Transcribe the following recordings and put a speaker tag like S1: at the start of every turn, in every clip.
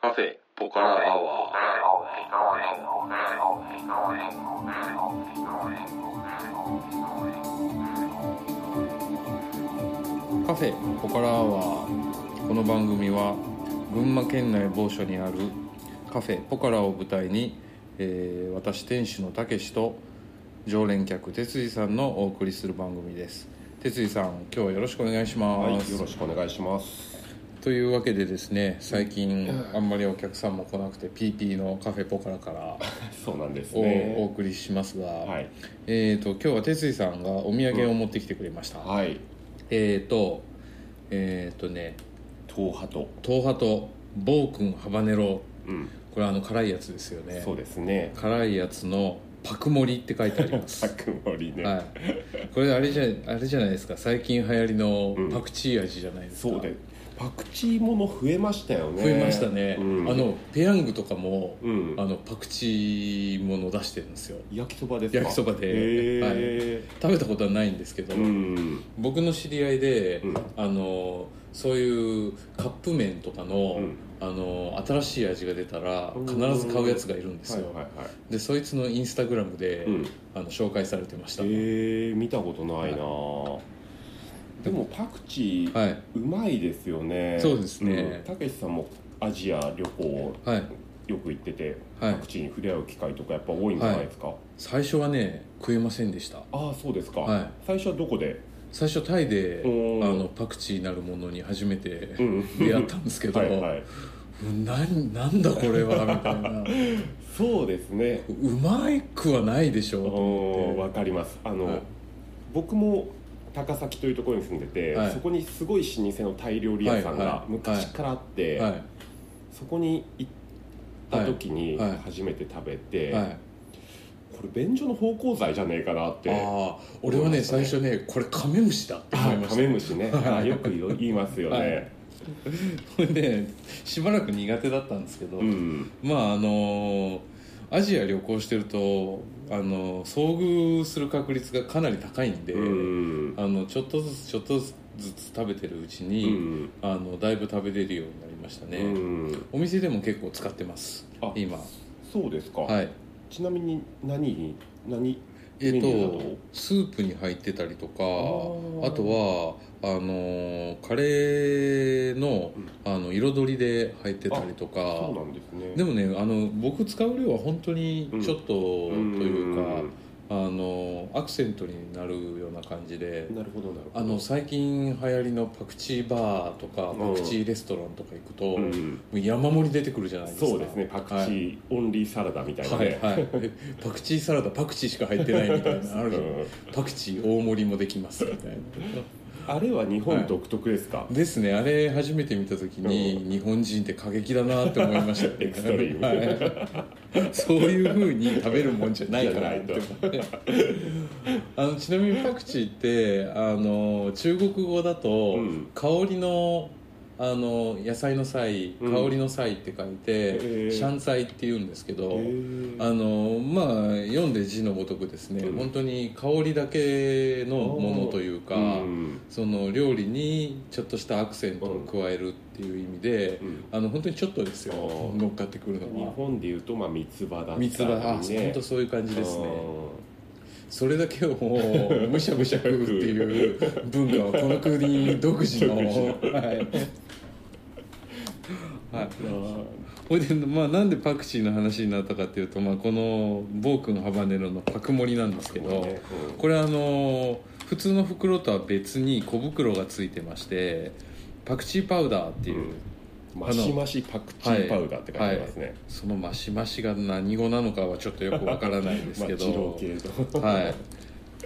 S1: カフェポカラアワー
S2: カフェポカラアワーこの番組は群馬県内某所にあるカフェポカラを舞台に、えー私店主のたけしと常連客哲司さんのお送りする番組です哲司さん今日はよろしくお願いし
S3: はい、
S2: ます、
S3: よろしくお願いします。
S2: というわけでですね最近あんまりお客さんも来なくて PT のカフェポカラから
S3: そうなんです
S2: お,、お
S3: ね。
S2: 送りしますが、
S3: はい、
S2: えー、と今日は哲司さんがお土産を持ってきてくれました、
S3: はい、
S2: えー、とえー、とね
S3: 東波と、
S2: 東波と暴君ハバネロ
S3: うん、
S2: これあの辛いやつですよね
S3: そうですね。
S2: 辛いやつのパク盛りって書いてあります
S3: たくもりね、
S2: はい、これあれじゃあれじゃないですか最近流行りのパクチー味じゃないですか、
S3: そうで、パクチーもの増えましたよね。
S2: 増えましたね、
S3: うん
S2: あのペヤングとかも、
S3: うん
S2: あのパクチーもの出してるんですよ
S3: 焼きそばですか。
S2: 焼きそばで
S3: へ
S2: 食べたことはないんですけど、
S3: ーうん、
S2: 僕の知り合いで、
S3: うん
S2: あのそういうカップ麺とかの,、
S3: うん
S2: あの新しい味が出たら
S3: うん
S2: 必ず買うやつがいるんです
S3: はい
S2: よ、
S3: はいはい。
S2: でそいつのインスタグラムで、
S3: うん、
S2: あの紹介されてました、
S3: えー、見たことないな。でもパクチー、
S2: はい、
S3: うまいですよね。
S2: そうですね
S3: うんたけしさんもアジア旅行
S2: はい
S3: よく行ってて、
S2: はい
S3: パクチーに触れ合う機会とかやっぱ多いんじゃないですか。
S2: 最初はね食えませんでした
S3: ああそうですか、
S2: はい
S3: 最初はどこで、
S2: 最初タイであ
S3: おー
S2: のパクチーなるものに初めて
S3: ん
S2: 出会ったんですけ ど
S3: はいはい
S2: なんなんだこれはみたいな
S3: そうですね
S2: うまいくはないでしょうと
S3: おー
S2: 思
S3: わ
S2: って
S3: かりますあの、
S2: はい
S3: 僕も高崎というところに住んでて、
S2: はい
S3: そこにすごい老舗のタイ料理屋さん
S2: はいは
S3: が
S2: い
S3: 昔からあって、
S2: は
S3: そこに行った時に
S2: はいはい
S3: 初めて食べて、
S2: い、はい、
S3: これ便所の芳香剤じゃねえかなって
S2: ああ俺はね最初ねこれカメムシだって思い
S3: あ
S2: ま
S3: カ
S2: した
S3: メムシね、あよく言いますよね、
S2: はいこれねしばらく苦手だったんですけど、
S3: うん
S2: まああのアジア旅行してると、あの遭遇する確率がかなり高いんで、
S3: うん
S2: あのちょっとずつちょっとずつ食べてるうち
S3: う
S2: に、
S3: ん
S2: あのだいぶ食べれるようになりましたね、
S3: うん
S2: お店でも結構使ってます
S3: あ
S2: 今
S3: そうですか、
S2: はい
S3: ちなみに何に何
S2: えっ、
S3: メニューだ
S2: と
S3: と
S2: スープに入ってたりとか
S3: ー
S2: あとはあのーカレーの
S3: うん
S2: あの彩りで入ってたりとか
S3: そうなんですね
S2: でもねあの僕使う量は本当にちょっとというか、あのアクセントになるような感じで
S3: うんなるほどなるほど
S2: あの最近流行りのパクチーバーとか
S3: うん
S2: パクチーレストランとか行くと、
S3: う
S2: も
S3: ん
S2: う山盛り出てくるじゃないですか
S3: そうですねパクチーオンリーサラダみたいな
S2: は
S3: ね、
S2: いはい、パクチーサラダパクチーしか入ってないみたいなのある
S3: う
S2: じゃん
S3: ん
S2: パクチー大盛りもできますみたいな
S3: あれは日本独特ですか、
S2: ですねあれ初めて見た時に日本人って過激だなって思いました、ね、
S3: エクストリーム
S2: はいそういうふうに食べるもんじゃないからって思 ってあのちなみにパクチーってあの中国語だと、
S3: うん
S2: 香りのあの野菜の菜香
S3: うん
S2: りの菜って書い
S3: へ
S2: て、
S3: え
S2: シャンサイって言うんですけど、
S3: へー
S2: あのまあ読んで字のごとくですね、
S3: うん
S2: 本当に香りだけのものというか、
S3: うん
S2: その料理にちょっとしたアクセントを加えるっていう意味で
S3: う、ん
S2: あの本当にちょっとですよ
S3: あー
S2: 乗っかってくる
S3: 日
S2: のは
S3: 本でいうとまあ三つ葉だったりね
S2: 三つ葉あ本当そういう感じですね
S3: う
S2: それだけをも うむしゃむしゃ食うっていう文化はこの国独自のはい、はい、
S3: ん
S2: ほいで、まあ、なんでパクチーの話になったかっていうと、まあ、この「暴君ハバネロ」のパク盛りなんですけど、これあの普通の袋とは別に小袋がついてましてパクチーパウダーって
S3: う
S2: い
S3: ん
S2: う、
S3: うんマシマシパクチーパウダーって書いてありますね、
S2: そのマシマシが何語なのかはちょっとよくわからないですけ
S3: まあ、二郎
S2: ど、
S3: 系の
S2: はい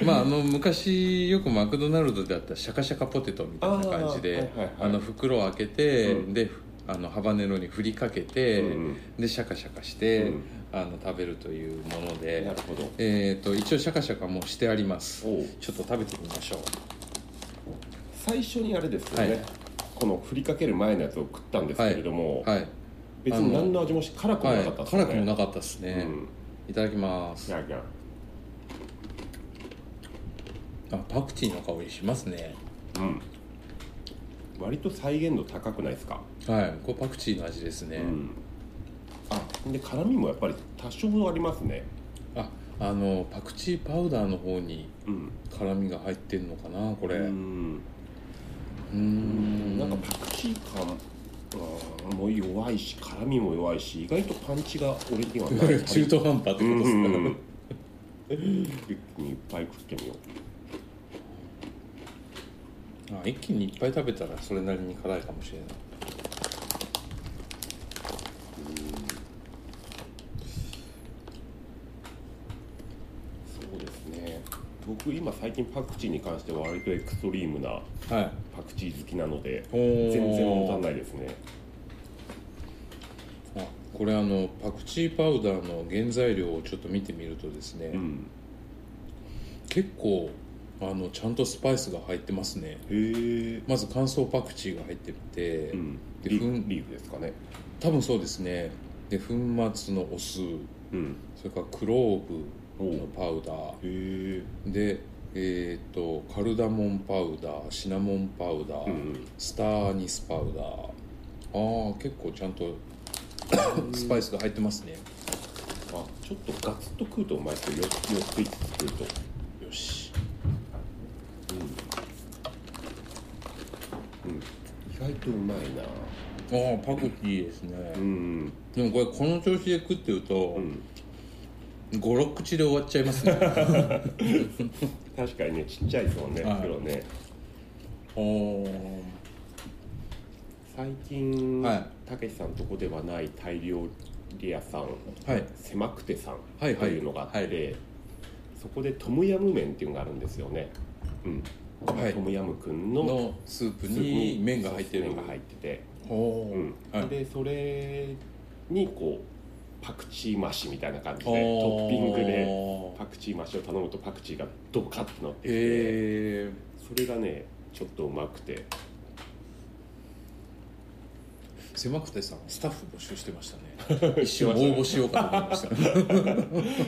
S2: まあ、あの昔よくマクドナルドであったシャカシャカポテトみたいな感じで
S3: あーはいはい
S2: あ
S3: はい
S2: の袋を開けて、
S3: うん
S2: であのハバネロに振りかけて、
S3: うん
S2: でシャカシャカして、
S3: うん
S2: あの食べるというもので
S3: な、るほど
S2: えー、と一応シャカシャカもしてあります
S3: おう
S2: ちょっと食べてみましょう
S3: 最初にあれですよね、
S2: はい
S3: この振りかける前のやつを食ったんですけれども、
S2: はい、
S3: 別に何の味もし辛くもなかった
S2: は
S3: で
S2: い、
S3: すね、
S2: 辛くもなかったですね、
S3: うん
S2: いただきます
S3: じゃあじゃあ
S2: あパクチーの香りしますね
S3: うん割と再現度高くないですか、
S2: はいこれパクチーの味ですね、
S3: うんで辛みもやっぱり多少ありますね
S2: ああのパクチーパウダーの方に
S3: うん
S2: 辛みが入ってんのかなこれ
S3: う
S2: うんーん
S3: なんかパクチー感うんもう弱いし辛みも弱いし意外とパンチが俺にはない
S2: 中途半端ってこと
S3: うん
S2: っ
S3: う
S2: す
S3: んう
S2: ね
S3: ん一気にいっぱい食ってみよう
S2: あ一気にいっぱい食べたらそれなりに辛いかもしれない
S3: そうですね僕今最近パクチーに関しては割とエクストリームな
S2: はい
S3: パクチー好きなので
S2: おー
S3: 全然持たないですね
S2: あこれあのパクチーパウダーの原材料をちょっと見てみるとですね、
S3: うん
S2: 結構あのちゃんとスパイスが入ってますね
S3: へえ
S2: まず乾燥パクチーが入ってて、
S3: うん
S2: で
S3: リ
S2: ふん
S3: リーフですかね
S2: 多分そうですねで粉末のお酢
S3: うん
S2: それからクローブのパウダ
S3: へえ
S2: ーでえっ、とカルダモンパウダーシナモンパウダー、
S3: うん
S2: スターアニスパウダーあー結構ちゃんと スパイスが入ってますね
S3: あちょっとガツッと食うとうまいですよよよくいって食うと
S2: よし
S3: うん意外とうまいな
S2: ああパクチーですね、
S3: うん
S2: でもこれこの調子で食ってると、
S3: うん
S2: 56口で終わっちゃいますね
S3: 確かにねちっちゃいですもんね
S2: はい
S3: 袋ね
S2: お
S3: 最近
S2: はい
S3: たけしさんとこではないタイ料理屋さん
S2: はい
S3: 狭くてさんと
S2: はいはい
S3: いうのがあって、
S2: は
S3: そこでトムヤム麺っていうのがあるんですよね、うん
S2: はい
S3: トムヤムくんの
S2: のスープに麺が入ってる
S3: 麺が入ってて、
S2: お
S3: う
S2: お
S3: ん
S2: ー、はい
S3: でそれにこうパクチー増しみたいな感じでト
S2: あー
S3: ッピングでパクチー増しを頼むとパクチーがドカッと乗ってきて、
S2: へえ
S3: それがねちょっとうまくて
S2: 狭くてさスタッフ募集してましたね 一瞬応募しようかと思いました
S3: あ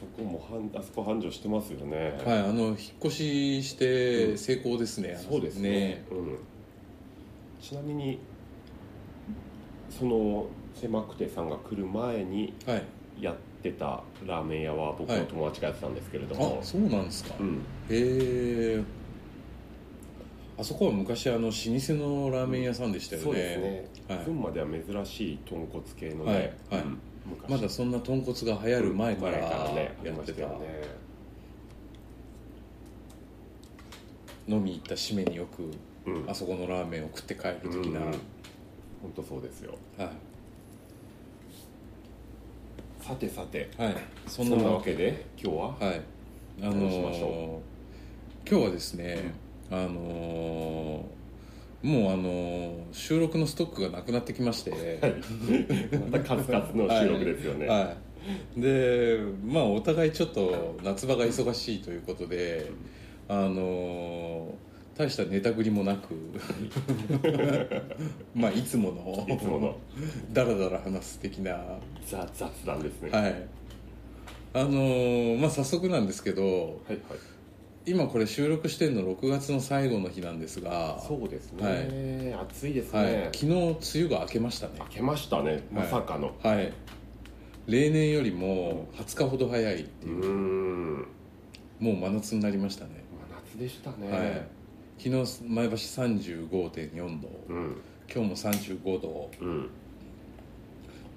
S3: そこもはんあそこ繁盛してますよね、
S2: はいあの引っ越しして成功ですね、あの
S3: そうですねうん、ちなみにその狭くてさんが来る前に
S2: はい
S3: やってたラーメン屋は僕
S2: は
S3: の
S2: い
S3: 友達がやってたんですけれども、
S2: あそうなんですか、
S3: う
S2: へ
S3: ん、
S2: えあそこは昔あの老舗のラーメン屋さんでしたよね、
S3: そうですね、
S2: はい
S3: 群馬では珍しい豚骨系のね、
S2: はいはい
S3: うん昔
S2: まだそんな豚骨が流行る前からや
S3: ねやり
S2: っ
S3: ま
S2: て
S3: した
S2: た
S3: よね
S2: 飲み行った締めによく
S3: うん
S2: あそこのラーメンを食って帰る的な、
S3: うん本当そうですよ
S2: は
S3: さてさて
S2: い、はい、
S3: そ
S2: そん
S3: ん
S2: な
S3: な
S2: わ
S3: わ
S2: け
S3: けで今日は、
S2: はいあの
S3: どうしまし
S2: ー
S3: ょ
S2: 今日はですね、あのーもうあのー収録のストックがなくなってきまして、
S3: また数々の収録ですよね、
S2: はい、でまあお互いちょっと夏場が忙しいということで、あのー大したネタ繰りもな くまあいつもの
S3: い、つもの
S2: ダラダラ話す的な、は
S3: ザ雑談ですね、
S2: い、あのーまあ早速なんですけど
S3: はいはい
S2: 今これ収録してるの6月の最後の日なんですが
S3: そうですね、暑いですね、
S2: はい、昨日梅雨が明けましたね
S3: 明けましたねまさかの、
S2: はい例年よりも20日ほど早いって
S3: うー
S2: いう、
S3: ん
S2: もう真夏になりましたね、
S3: 真夏でしたね、
S2: はい昨日前橋35.4度
S3: うん
S2: 今日も35度
S3: うん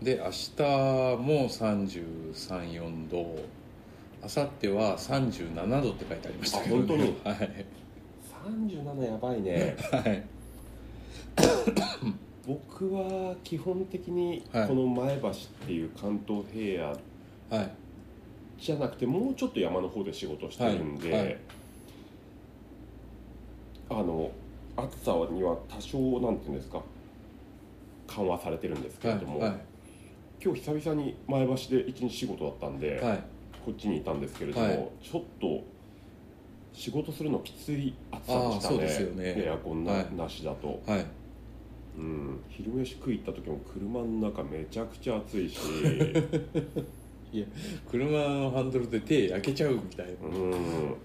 S2: で明日も334度明後日は37度って書いてありましたけど、ね、
S3: あ本当に
S2: はい、
S3: 37やばいね
S2: はい、
S3: 僕は基本的にこ
S2: はい
S3: の前橋っていう関東平野
S2: はい、
S3: じゃなくてもうちょっと山の方で仕事してるんで、
S2: はいはい
S3: あの暑さには多少なんていうんですか緩和されてるんですけ
S2: は
S3: れ
S2: い
S3: ども、
S2: は
S3: 今日久々に前橋で一日仕事だったんで、
S2: いはい
S3: こっちにいたんですけれども、
S2: はい
S3: ちょっと仕事するのきつい暑さでした
S2: あーそ
S3: ね
S2: うですよね
S3: エアコンな,、
S2: はい
S3: なしだと、
S2: はい
S3: うん、昼飯食い行った時も車の中めちゃくちゃ暑 いし
S2: 車のハンドルで手焼けちゃうみたいな
S3: うん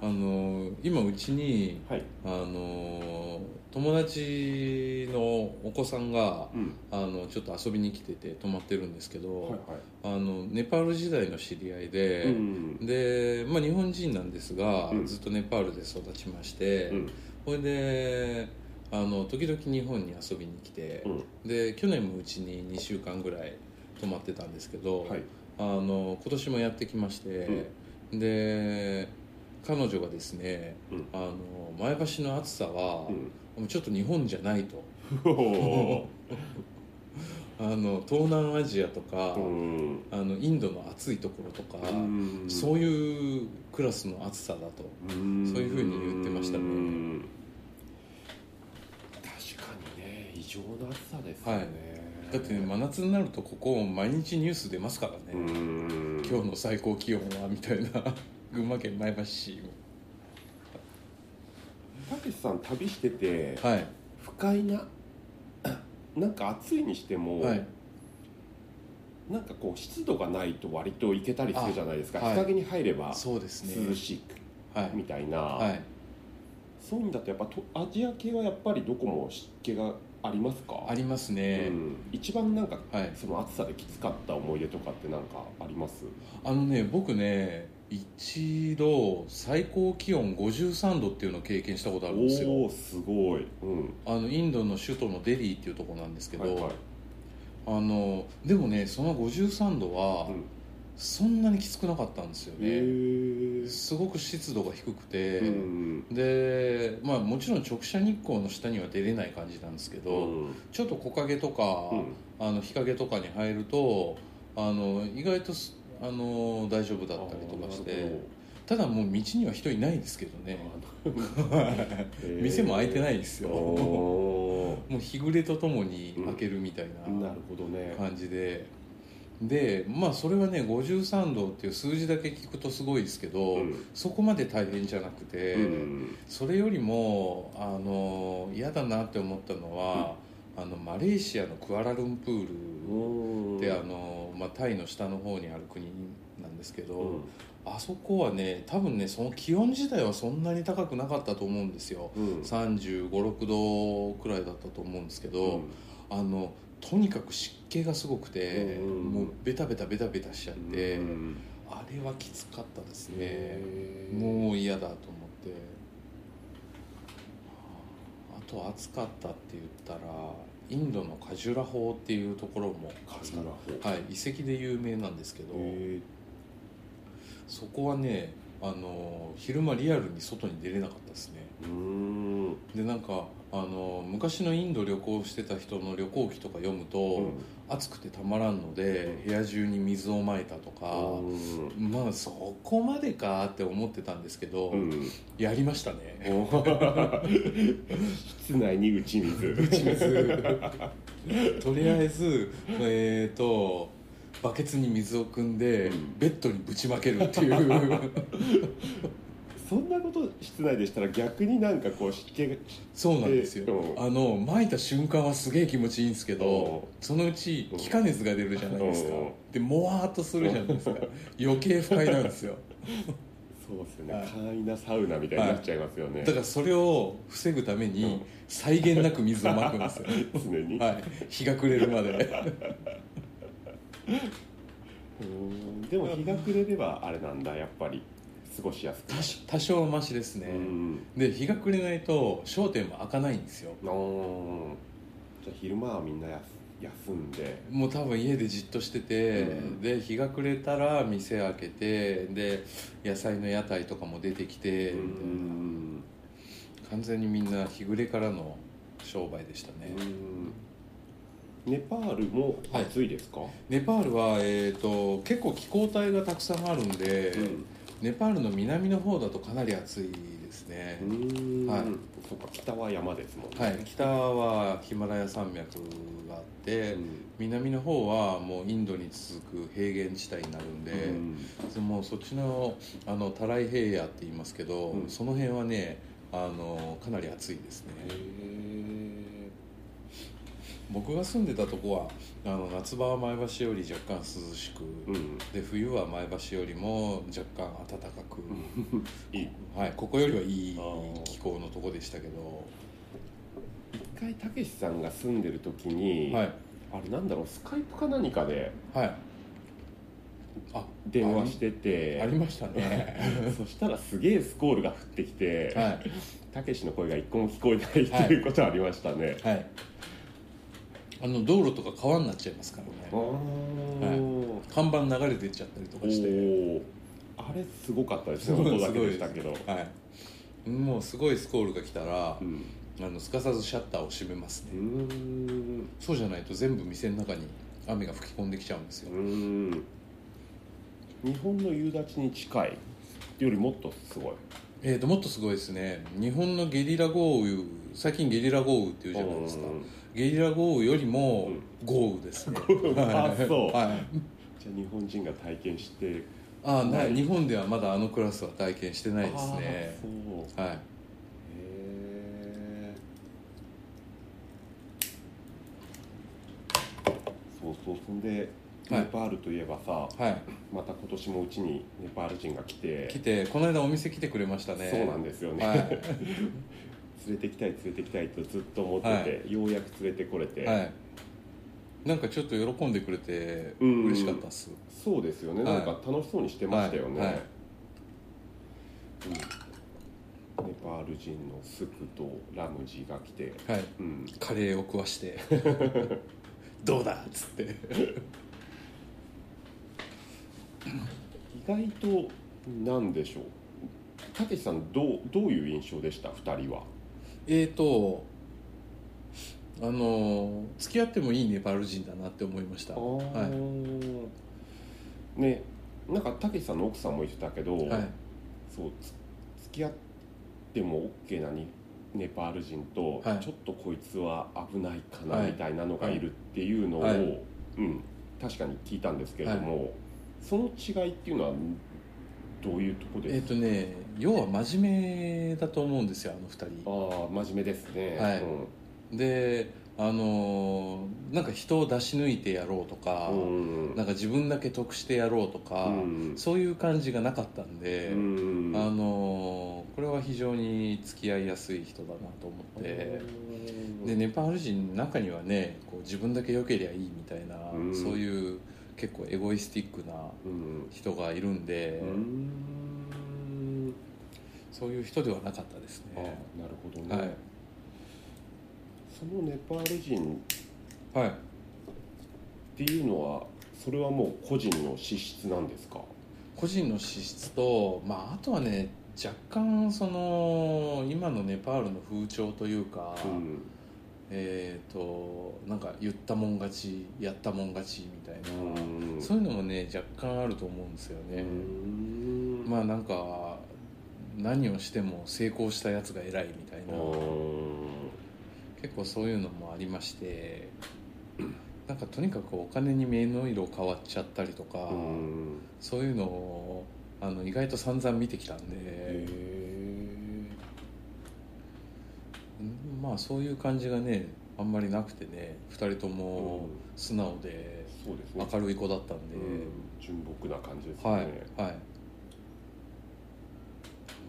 S2: あのー今うちに
S3: はい
S2: あのー友達のお子さんが
S3: うん
S2: あのちょっと遊びに来てて泊まってるんですけど、
S3: はい
S2: あのネパール時代の知り合いで、
S3: はいうん
S2: で、まあ、日本人なんですが、
S3: うん
S2: ずっとネパールで育ちまして、
S3: うん
S2: ほいであの時々日本に遊びに来て
S3: う、ん
S2: で去年もうちに2週間ぐらい泊まってたんですけど、
S3: はい
S2: あの今年もやってきまして、で彼女がですね、
S3: うん
S2: あの前橋の暑さは
S3: う、ん
S2: もうちょっと日本じゃないと
S3: おー
S2: あの東南アジアとか、
S3: うん
S2: あのインドの暑いところとか、
S3: うん
S2: そういうクラスの暑さだとそういうふうに言ってましたね
S3: うん確かにね異常な暑さですよ
S2: はい
S3: ね
S2: だってね真夏になるとここ毎日ニュース出ますからね、
S3: うん
S2: 今日の最高気温はみたいな 群馬県前橋市
S3: たけしさん旅してて
S2: はい
S3: 不快な なんか暑いにしても、
S2: はい
S3: なんかこう湿度がないと割といけたりするじゃないですか、
S2: あはい
S3: 日陰に入れば
S2: そうです
S3: 涼
S2: ね
S3: しい
S2: はい
S3: みたいな、
S2: はい
S3: そういうんだとやっぱとアジア系はやっぱりどこも湿気がありますか
S2: あります
S3: う
S2: ね、
S3: ん、一番なんか
S2: はい
S3: その暑さできつかった思い出とかってなんかあります
S2: あのね僕ね一度最高気温53度っていうのを経験したことあるんです
S3: お
S2: よ
S3: おすごい、うん、
S2: あのインドの首都のデリーっていうところなんですけど、
S3: はいはい
S2: あのでもねその53度は
S3: うん
S2: そんなにきつくなかったんですよ
S3: へ
S2: ね、
S3: ー
S2: すごく湿度が低くて、
S3: うん
S2: でまあもちろん直射日光の下には出れない感じなんですけど、
S3: うん
S2: ちょっと木陰とか、
S3: うん
S2: あの日陰とかに入るとあの意外とすあの大丈夫だったりとかし
S3: あーなる
S2: て
S3: ほど
S2: ただもう道には人いないですけどね 店も開いてないですよも
S3: おー
S2: う日暮れとともに開けるみたい
S3: な
S2: な
S3: るほどね、
S2: 感じででまあそれはね53度っていう数字だけ聞くとすごいですけど、
S3: うん
S2: そこまで大変じゃなくて、
S3: うん
S2: それよりもあの嫌だなって思ったのは、あのマレーシアのクアラルンプール
S3: うん
S2: であの、まあ、タイの下の方にある国なんですけど、
S3: うん
S2: あそこはね多分ねその気温自体はそんなに高くなかったと思うんですよ
S3: うん
S2: 3 5 6度くらいだったと思うんですけど、
S3: うん
S2: あのとにかく湿気がすごくて、
S3: うん
S2: もうベタベタベタベタしちゃって、
S3: うん
S2: あれはきつかったですね、
S3: へー
S2: もう嫌だと思ってあと暑かったって言ったらインドのカジュラ法っていうところも
S3: カズラホ
S2: はい、遺跡で有名なんですけど
S3: へ
S2: そこはねあの昼間リアルに外に出れなかったですね
S3: ーうん
S2: でなんかあの昔のインド旅行してた人の旅行記とか読むと、
S3: うん
S2: 暑くてたまらんので部屋中に水をまいたとか、まあそこまでかって思ってたんですけど、
S3: うん
S2: やりましたね
S3: おー室内に打ち水
S2: 打ち 水とりあえずえっ、とバケツに水を汲んで、
S3: うん
S2: ベッドにぶちまけるっていう
S3: そんなこと室内でしたら逆になんかこう湿気が
S2: そうなんですよ
S3: えーうん
S2: あの撒いた瞬間はすげえ気持ちいいんですけどそのうち気化熱が出るじゃないですか
S3: うん
S2: でもわーっとするじゃないですか余計不快なんです よ
S3: そうですよね、
S2: はい
S3: 簡易なサウナみたいになっちゃいますよね、
S2: だからそれを防ぐため
S3: う
S2: に
S3: ん
S2: 際限なく水をまくん ですよ
S3: 常に、
S2: はい日が暮れるまで
S3: うんでも日が暮れればあれなんだやっぱり過ごしやすくな
S2: 多
S3: る
S2: 少多少はマシです
S3: う
S2: ね
S3: ん
S2: で日が暮れないと商店も開かないんですよ
S3: あーじゃあ昼間はみんなやす休んで
S2: もう多分家でじっとしてて、
S3: うん
S2: で日が暮れたら店開けてで野菜の屋台とかも出てきて、みたいな完全にみんな日暮れからの商売でしたね、
S3: うんネパールも暑いですか、
S2: ネパールは、えー、と結構気候帯がたくさんあるんで、
S3: うん
S2: ネパールの南の方だとかなり暑いですね、
S3: うん
S2: はい
S3: そっか北は山ですもんね
S2: はい、北はヒマラヤ山脈があって、
S3: うん
S2: 南の方はもうインドに続く平原地帯になるんで、
S3: うん
S2: もうそっちのあのタライ平野って言いますけど、
S3: うん
S2: その辺はねあのかなり暑いですね
S3: へー
S2: 僕が住んでたとこはあの夏場は前橋より若干涼しく、
S3: うん
S2: で冬は前橋よりも若干暖かく、
S3: いい
S2: はい、ここよりはいい
S3: あー
S2: 気候のとこでしたけど
S3: たけしさんが住んでる時に、
S2: はい
S3: あれなんだろうスカイプか何かで
S2: はいあ
S3: 電話してて
S2: ありましたね
S3: そしたらすげえスコールが降ってきて
S2: はい
S3: たけしの声が一個も聞こえないっていうことはありましたね、
S2: はいあの道路とか川になっちゃいますから
S3: あ
S2: ね
S3: ー
S2: 看板流れてっちゃったりと
S3: お
S2: かして
S3: ーあれすごかったですね
S2: すごい
S3: 音だけでしたけど、
S2: はいもうすごいスコールが来たら
S3: うん
S2: あのすかさずシャッターを閉めます
S3: うー
S2: ね
S3: ん
S2: そうじゃないと全部店の中に雨が吹き込んできちゃうんです
S3: う
S2: よ
S3: ーん日本の夕立に近いよりもっとすごい
S2: えー、ともっとすごいですね日本のゲリラ豪雨最近ゲリラ豪雨っていうじゃないですか
S3: うん
S2: ゲリラ豪雨よりも豪雨ですね、
S3: あそう
S2: はい、
S3: じゃあ日本人が体験して
S2: あな
S3: ない
S2: 日本ではまだあのクラスは体験してないです
S3: あ
S2: ね
S3: ーそう
S2: はい
S3: へーそうそうそんで
S2: はい
S3: ネパールといえばさ、
S2: はい
S3: また今年もうちにネパール人が来て
S2: 来てこの間お店来てくれましたね
S3: そうなんですよね、
S2: は
S3: 連れてきたい連れてきたいとずっと思ってて、ようやく連れてこれて、
S2: い、 はい、なんかちょっと喜んでくれて
S3: うん
S2: 嬉しかったっす、
S3: そうですよね、
S2: はい
S3: なんか楽しそうにしてましたよね、
S2: はいはい
S3: うんネパール人のスクとラムジーが来て、
S2: はい
S3: うん、
S2: カレーを食わして どうだっつって
S3: 意外となんでしょうたけしさんどうどういう印象でした2人は
S2: えーとあの付き合ってもいいネパール人だなって思いましたは
S3: はい、ねなんかたけしさんの奥さんも言ってたけど、
S2: い、はい、
S3: そうつ付き合っても OK なにネパール人と、
S2: はい
S3: ちょっとこいつは危ないかな
S2: はい
S3: みたいなのがいるっていうのを、
S2: はい
S3: うん、確かに聞いたんですけれども、その違いっていうのはどういうとこ
S2: え
S3: で
S2: ーとね要は真面目だと思うんですよあの二人
S3: ああ真面目ですね、
S2: はい
S3: うん
S2: であのーなんか人を出し抜いてやろうとか、
S3: うん
S2: なんか自分だけ得してやろうとか、
S3: うん
S2: そういう感じがなかったんで、
S3: うん
S2: あのーこれは非常に付き合いやすい人だなと思って、でネパール人の中にはねこう自分だけ良けりゃいいみたいな、
S3: うん
S2: そういう結構エゴイスティックな
S3: うん
S2: 人がいるんで、
S3: うん
S2: そういう人ではなかったです
S3: あな
S2: ね。
S3: るほどね、
S2: はい
S3: そのネパール人
S2: はい
S3: っていうのはそれはもう個人の資質なんですか
S2: 個人の資質と、まあ、あとはね若干その今のネパールの風潮というか、
S3: うん
S2: えっ、となんか言ったもん勝ちやったもん勝ちみたいな、
S3: ん
S2: そういうのもね若干あると思うんですよね、
S3: ん
S2: まあなんか何をしても成功したやつが偉いみたいな、
S3: うん
S2: 結構そういうのもありましてなんかとにかくお金に目の色変わっちゃったりとか、
S3: うん
S2: そういうのをあの意外と散々見てきたんで、
S3: へ
S2: うんまあそういう感じがねあんまりなくてね2人と
S3: ー
S2: も素直で
S3: そうですね
S2: 明るい子だったんで、
S3: うん純朴な感じですね、
S2: はいはい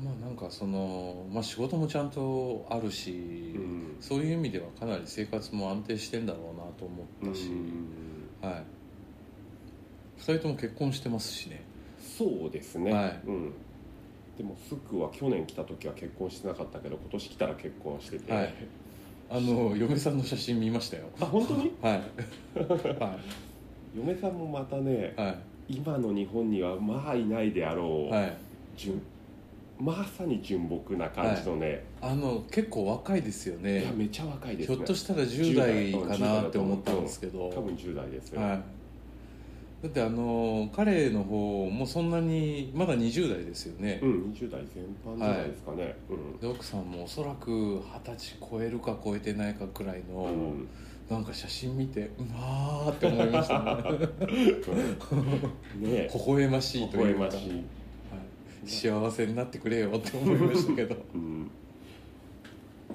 S2: まあなんかその、まあ、仕事もちゃんとあるし、
S3: うん
S2: そういう意味ではかなり生活も安定してんだろうなと思ったし、
S3: うん
S2: はい2人とも結婚してますしね
S3: そうですね、
S2: はい
S3: うん、でもスクは去年来た時は結婚してなかったけど今年来たら結婚してて、
S2: はいあの嫁さんの写真見ましたよ
S3: あ本当に
S2: はいは
S3: 嫁さんもまたね
S2: いは
S3: 今の日本にはまあいないであろ、
S2: いうはい
S3: 純まさに純朴な感じのね、
S2: あの結構若いですよ
S3: い、
S2: ね
S3: やめちゃ若いです
S2: ひ
S3: ね
S2: ょっと
S3: し
S2: したら10代かなって思ったんですけど、
S3: 多分10代ですよ、
S2: はい、だってあの彼の方もそんなにまだ20代ですよね、
S3: うん、20代全般じゃないですかね、
S2: で奥さんもおそらく二十歳超えるか超えてないかくらいの、
S3: うん、うん
S2: なんか写真見てうわーって思いまし たね
S3: ね
S2: 微笑ましい
S3: 微
S2: とい
S3: 笑
S2: うか
S3: ましい、
S2: 幸せになってくれよって思いました けど
S3: うん、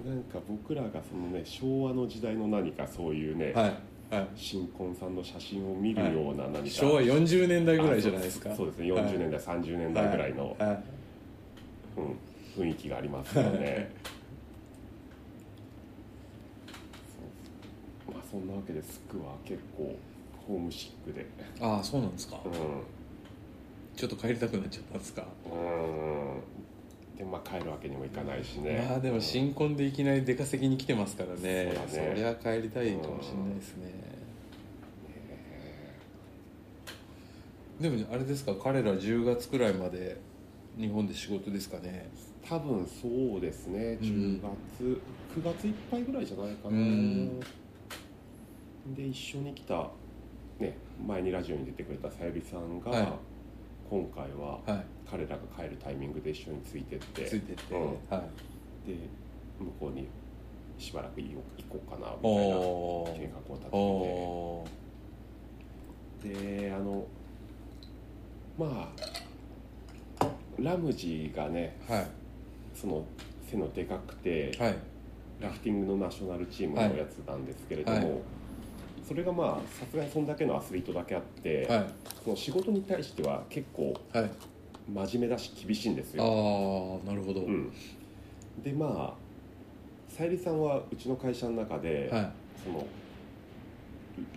S3: なんか僕らがそのね昭和の時代の何かそういうね、
S2: はい、はい、
S3: 新婚さんの写真を見るような何か、
S2: 昭和40年代ぐらいじゃないです
S3: あ
S2: か
S3: そうそうですね40年代、30年代ぐらいの、
S2: はい
S3: うん、雰囲気がありますよね。そんなわけでスクは結構ホームシックで
S2: ああそうなんですか
S3: う
S2: ちょっと帰りたくなっちゃったんですか
S3: んうんでまあ帰るわけにもいかないしね
S2: まあでも新婚でいきなり出稼ぎに来てますからね
S3: そうだね
S2: そりゃ帰りたいかもしれないですね、でもあれですか彼ら10月くらいまで日本で仕事ですかね
S3: 多分そうですね
S2: うん
S3: 10月、9月いっぱいぐらいじゃないかな、
S2: うん
S3: で一緒に来た、ね、前にラジオに出てくれたさゆりさんが、
S2: はい
S3: 今回は
S2: は
S3: 彼らが帰るタイミングで一緒についてっ
S2: い
S3: て
S2: ついてって、
S3: うん
S2: はい
S3: で向こうにしばらくいよ行こうかなみ
S2: お
S3: たいな
S2: お
S3: 計画
S2: お
S3: を
S2: お
S3: 立ててであのまあラムジーがね
S2: ーは
S3: その背のでかくて、
S2: いはい
S3: ラフティングのナショナルチームのやつなんですけれども、
S2: はいはい
S3: それがまあさすがにそんだけのアスリートだけあって、
S2: はい
S3: その仕事に対しては結構
S2: はい
S3: 真面目だし厳しいんです
S2: ああ
S3: よ。
S2: なるほど、
S3: うん、でまあさゆりさんはうちの会社の中で、
S2: は
S3: その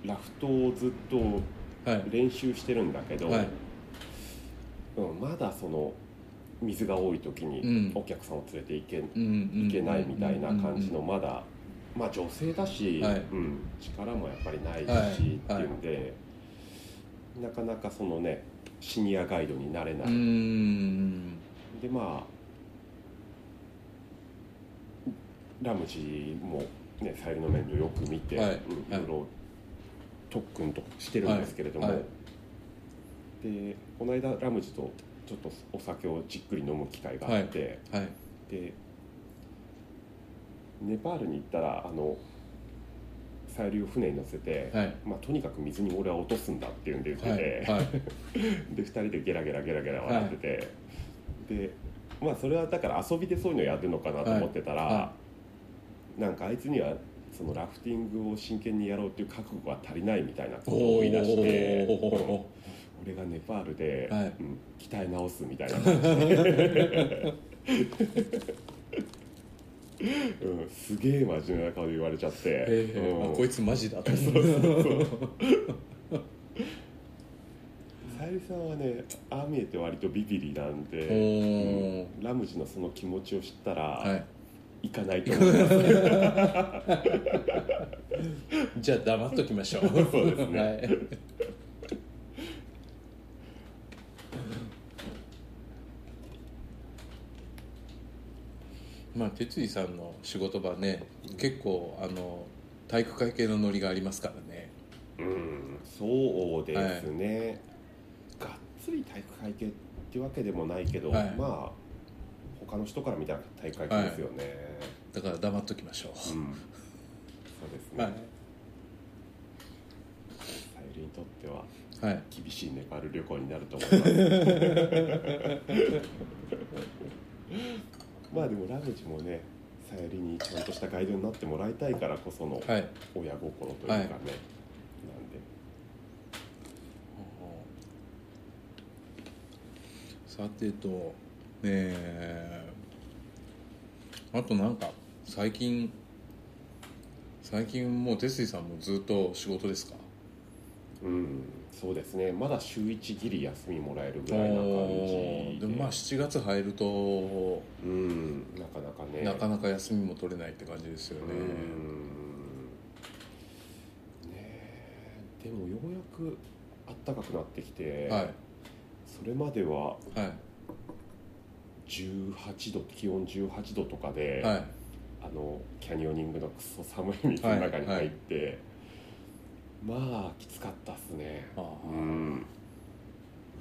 S3: ラフトをずっと
S2: いはい
S3: 練習してるんだけど、
S2: はい
S3: うん、まだその水が多い時
S2: う
S3: に
S2: ん
S3: お客さんを連れていけ,、
S2: うんうん
S3: いけないみたいな感じのまだ、まあ、女性だし、
S2: はい
S3: うん、力もやっぱりないし、
S2: はい
S3: っていうんで、なかなかそのねシニアガイドになれな
S2: う
S3: い。
S2: んうん
S3: でまあラムジーもねさゆりの面倒よく見て、
S2: はい
S3: うん
S2: はい
S3: いろいろ特訓とかしてるんですけれども、
S2: はいはい
S3: でこの間ラムジーとちょっとお酒をじっくり飲む機会があって、
S2: はい
S3: でネパールに行ったらあのさゆりを船に乗せて、
S2: はい
S3: まあ、とにかく水に俺は落とすんだっていうんで言ってて。
S2: は いはい
S3: で2人でゲラゲラゲラゲラ笑ってて、でまあそれはだから遊びでそういうのやるのかなと思ってたら、
S2: はいは
S3: なんかあいつにはそのラフティングを真剣にやろうっていう覚悟が足りないみたいなことを言い出して、うん
S2: お
S3: 俺がネパールで、
S2: はい
S3: うん、鍛え直すみた いな感じで、うん、すげえ真面目な顔で言われちゃって、
S2: ええ
S3: うん
S2: あこいつマジだと思
S3: そう
S2: う
S3: そうそうさゆりさんはねああ見えて割とビビリなん
S2: お
S3: で、
S2: ー
S3: ラムジのその気持ちを知ったら、
S2: はい
S3: 行かないと思います
S2: じゃあ黙っときましょう
S3: そうですね
S2: はいまあ哲司さんの仕事場ね結構あの体育会系のノリがありますからね
S3: うんそうですね、がっつり体育会系ってわけでもないけど、
S2: はい
S3: まあ他の人から見たら体育会系ですよね、
S2: だから黙っときましょ
S3: うんそうです
S2: う
S3: ね、
S2: は、
S3: さゆりにとってはい
S2: はい、
S3: 厳しいネパール旅行になると思います まあでもラムジもねさゆりにちゃんとしたガイドになってもらいたいからこその
S2: はい
S3: 親心というかね、
S2: はい
S3: なんで
S2: さてとねえあとなんか最近最近もう哲司さんもずっと仕事ですか
S3: うんそうですねまだ週1ギリ休みもらえるぐ
S2: お
S3: らいな感
S2: ー
S3: じ
S2: で
S3: で
S2: もまあ7月入ると
S3: うんなかなかね
S2: なかなか休みも取れないって感じですよね
S3: うんねえでもようやく暖かくなってきて、
S2: はい
S3: それまでは
S2: はい
S3: 18度気温18度とかで、
S2: はい
S3: あのキャニオニングのクソ寒い水の中に入って、まあきつかったっすね
S2: あ
S3: う
S2: ー
S3: ん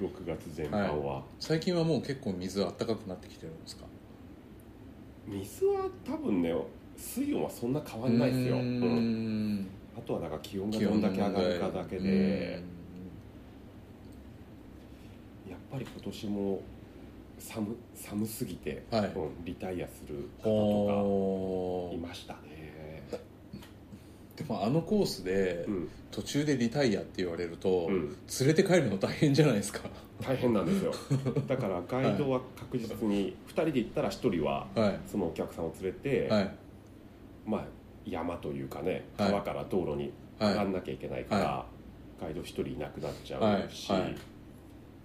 S3: 6月全般は、
S2: 最近はもう結構水あったかくなってきてるんですか
S3: 水は多分ね水温はそんな変わんないですよ、
S2: うー
S3: うん
S2: ん
S3: あとはなんか気温がどんだけ上がるかだけでやっぱり今年も寒寒すぎて、
S2: うんはい
S3: うんリタイアする方と
S2: お
S3: かい
S2: ー
S3: ましたね
S2: でもあのコースで
S3: うん、
S2: 途中でリタイアって言われると、
S3: うん
S2: 連れて帰るの大変じゃないですか
S3: 大変なんですよだからガイドは確実に2人で行ったら1人は
S2: は
S3: そのお客さんを連れて、
S2: いはい
S3: まあ山というかね
S2: はい
S3: 川から道路に
S2: はい
S3: 上がんなきゃいけないから、ガイド一人いなくなっちゃうし、
S2: はいはい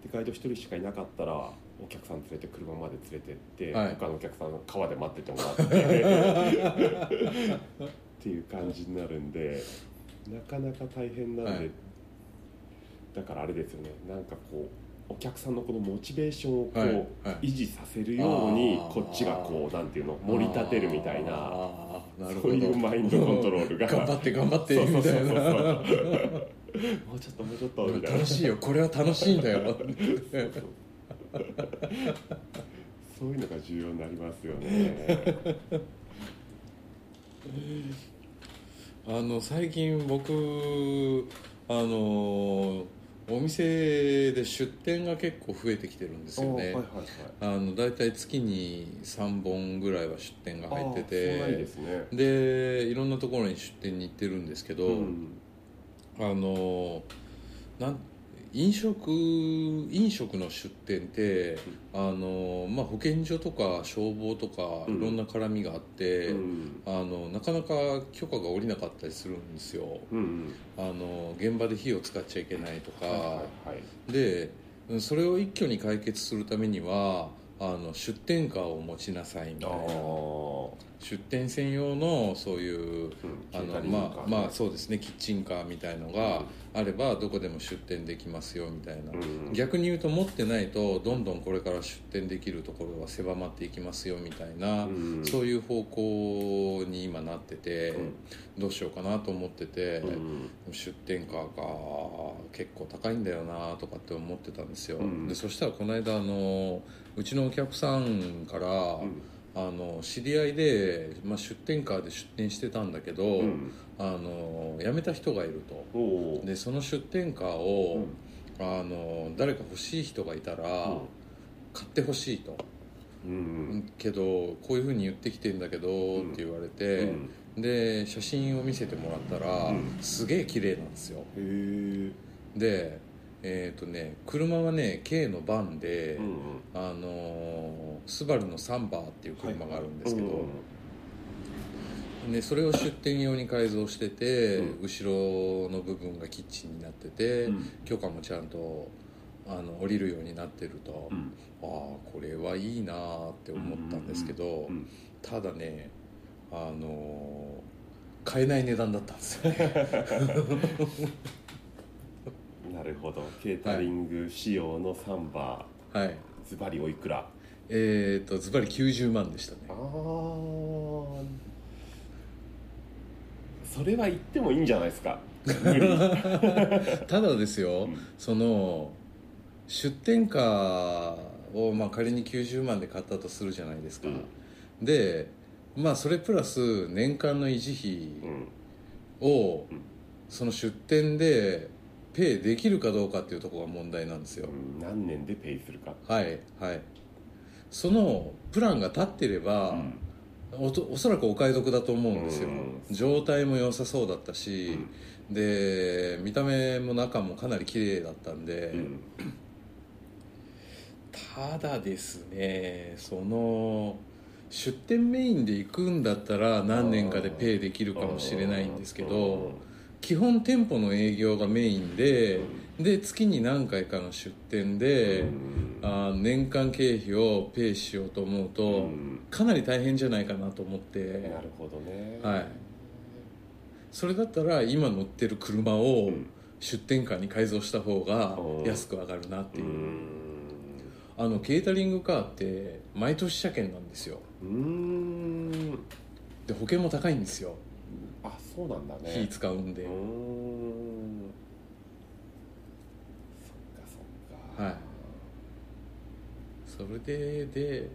S3: でガイド一人しかいなかったらお客さん連れて車まで連れてって、
S2: はい
S3: 他のお客さん川で待ってても らってっていう感じになるんでなかなか大変なんで、
S2: はい
S3: だからあれですよねなんかこうお客さんのこのモチベーションをこう、
S2: はいはい
S3: 維持させるように
S2: あー
S3: こっちがこうなんていうの盛り立てるみたいな
S2: あーなるほ
S3: そ
S2: ど
S3: ういうマインドコントロー ルが
S2: 頑張って頑張って
S3: そうそ
S2: み
S3: うそう
S2: た
S3: そう
S2: いな
S3: もうちょっともうちょっとみたいな
S2: 楽しいよこれは楽しいんだよ
S3: そうそうそういうのが重要になりますよね
S2: あの最近僕あのお店で出店が結構増えてきてるんですよね、
S3: おーはいはいはい
S2: あの大体月に3本ぐらいは出店が入って
S3: あーそうなんで
S2: て
S3: すね
S2: でいろんなところに出店に行ってるんですけど、
S3: うん
S2: あのなん飲食飲食の出店ってあの、まあ、保健所とか消防とか
S3: うん
S2: いろんな絡みがあって、
S3: うん
S2: あのなかなか許可が下りなかったりするんですよ
S3: うん
S2: あの現場で火を使っちゃいけないとか、
S3: はいはいはい
S2: でそれを一挙に解決するためにはあの出店カーを持ちなさいみ
S3: あ
S2: たいな
S3: ー
S2: 出店専用のそういう
S3: うんケ
S2: あ
S3: ー
S2: の
S3: タリング
S2: ま
S3: か
S2: あまあそうですねキッチンカーみたいのがあればどこでも出店できますよみたいな、
S3: うん
S2: 逆に言うと持ってないとどんどんこれから出店できるところは狭まっていきますよみたいな、
S3: うん
S2: そういう方向に今なってて、
S3: うん
S2: どうしようかなと思ってて、
S3: うん
S2: 出店価が結構高いんだよなとかって思ってたんですよ、
S3: うん
S2: でそしたらこの間あのうちのお客さんから、
S3: うん
S2: あの知り合いで、まあ、出店カーで出店してたんだけど、
S3: うん
S2: あの辞めた人がいると
S3: おお
S2: でその出店カーを、あの誰か欲しい人がいたら、買ってほしいと、
S3: うん
S2: けどこういうふうに言ってきてんだけど、
S3: ん
S2: って言われ
S3: う
S2: て、
S3: ん
S2: で写真を見せてもらったら、
S3: うん
S2: すげえ綺麗なんですよ
S3: へえ
S2: でえっ、とね車はね K のバンで、
S3: うんうん
S2: あのースバルのサンバーっていう車があるんですけど、でそれを出店用に改造してて、
S3: う
S2: 後ろの部分がキッチンになってて、
S3: うん
S2: 許可もちゃんとあの降りるようになってると、
S3: う
S2: あ
S3: ん
S2: あこれはいいなーって思ったんですけど、
S3: うんうん
S2: ただねあのー買えない値段だったんですよね
S3: なるほどケータリング仕様のサンバ
S2: はい
S3: ーズバリおいくら
S2: えっ、とズバリ90万でしたね
S3: ああそれは言ってもいいんじゃないですか無理
S2: ただですよ、
S3: うん
S2: その出店価をまあ仮に90万で買ったとするじゃないですか、でまあそれプラス年間の維持
S3: う
S2: 費
S3: ん
S2: を
S3: うん
S2: その出店でペイできるかどうかっていうところが問題なんですよ、
S3: うん何年でペイするか
S2: はいはいそのプランが立ってれば、
S3: うん
S2: おとおそらくお買い得だと思うんですよ
S3: うん
S2: 状態も良さそうだったし、で見た目も中もかなり綺麗だったんで、
S3: うん
S2: ただですねその出店メインで行くんだったら何年かでペイできるかもしれないんですけど基本店舗の営業がメインでで月に何回かの出店で、
S3: うん
S2: あー年間経費をペイしようと思うと、
S3: うん
S2: かなり大変じゃないかなと思って
S3: なるほどね
S2: はいそれだったら今乗ってる車を
S3: ん
S2: 出店カーに改造した方が
S3: うん
S2: 安く上がるなって
S3: う
S2: いう、
S3: ん
S2: あのケータリングカーって毎年車検なんですよ
S3: うん
S2: で保険も高いんですよ、
S3: あそうなんだね
S2: 火使うんで、
S3: うーんそっかそっか
S2: はいそれでで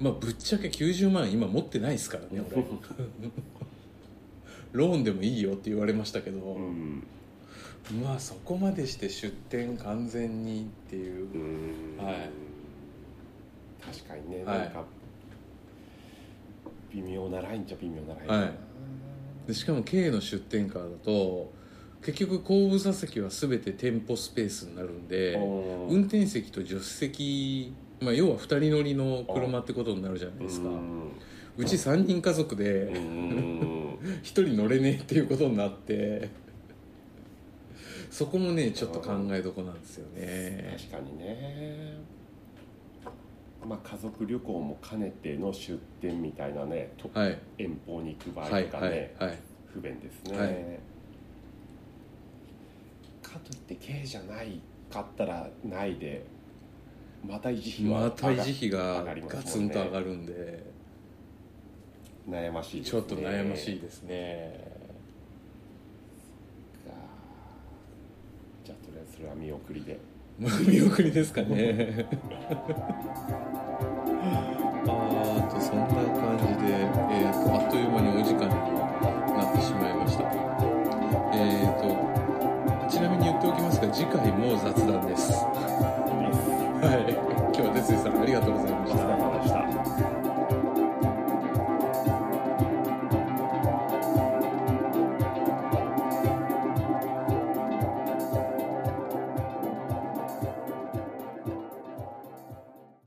S2: まあぶっちゃけ90万今持ってないですからね俺ローンでもいいよって言われましたけど、
S3: うん
S2: まあそこまでして出店完全にっていう
S3: う、ん
S2: はい
S3: 確かにね
S2: はい
S3: なんか微妙なラインじゃ微妙なライン
S2: はいでしかも K の出店カーだと結局後部座席は全て店舗スペースになるんで、運
S3: 運
S2: 転席と助手席、まあ、要は2人乗りの車ってことになるじゃないですか、うち3人家族で、
S3: うん
S2: 一人乗れねえっていうことになってそこもねちょっと考えどこなんですよね
S3: 確かにねまあ家族旅行も兼ねての出店みたいなねと
S2: はい
S3: 遠方に行く場合とか
S2: は
S3: ね
S2: い、はいはい
S3: 不便ですね、
S2: はい
S3: かといって軽じゃないかったらないでまた維持費は
S2: また維持費が
S3: 上がりますもんね
S2: ガツンと上がるんで
S3: 悩ましいです
S2: ち
S3: ね
S2: ょっと悩ましいですね
S3: かじゃあとりあえずそれは見送りで
S2: まあ見送りですかね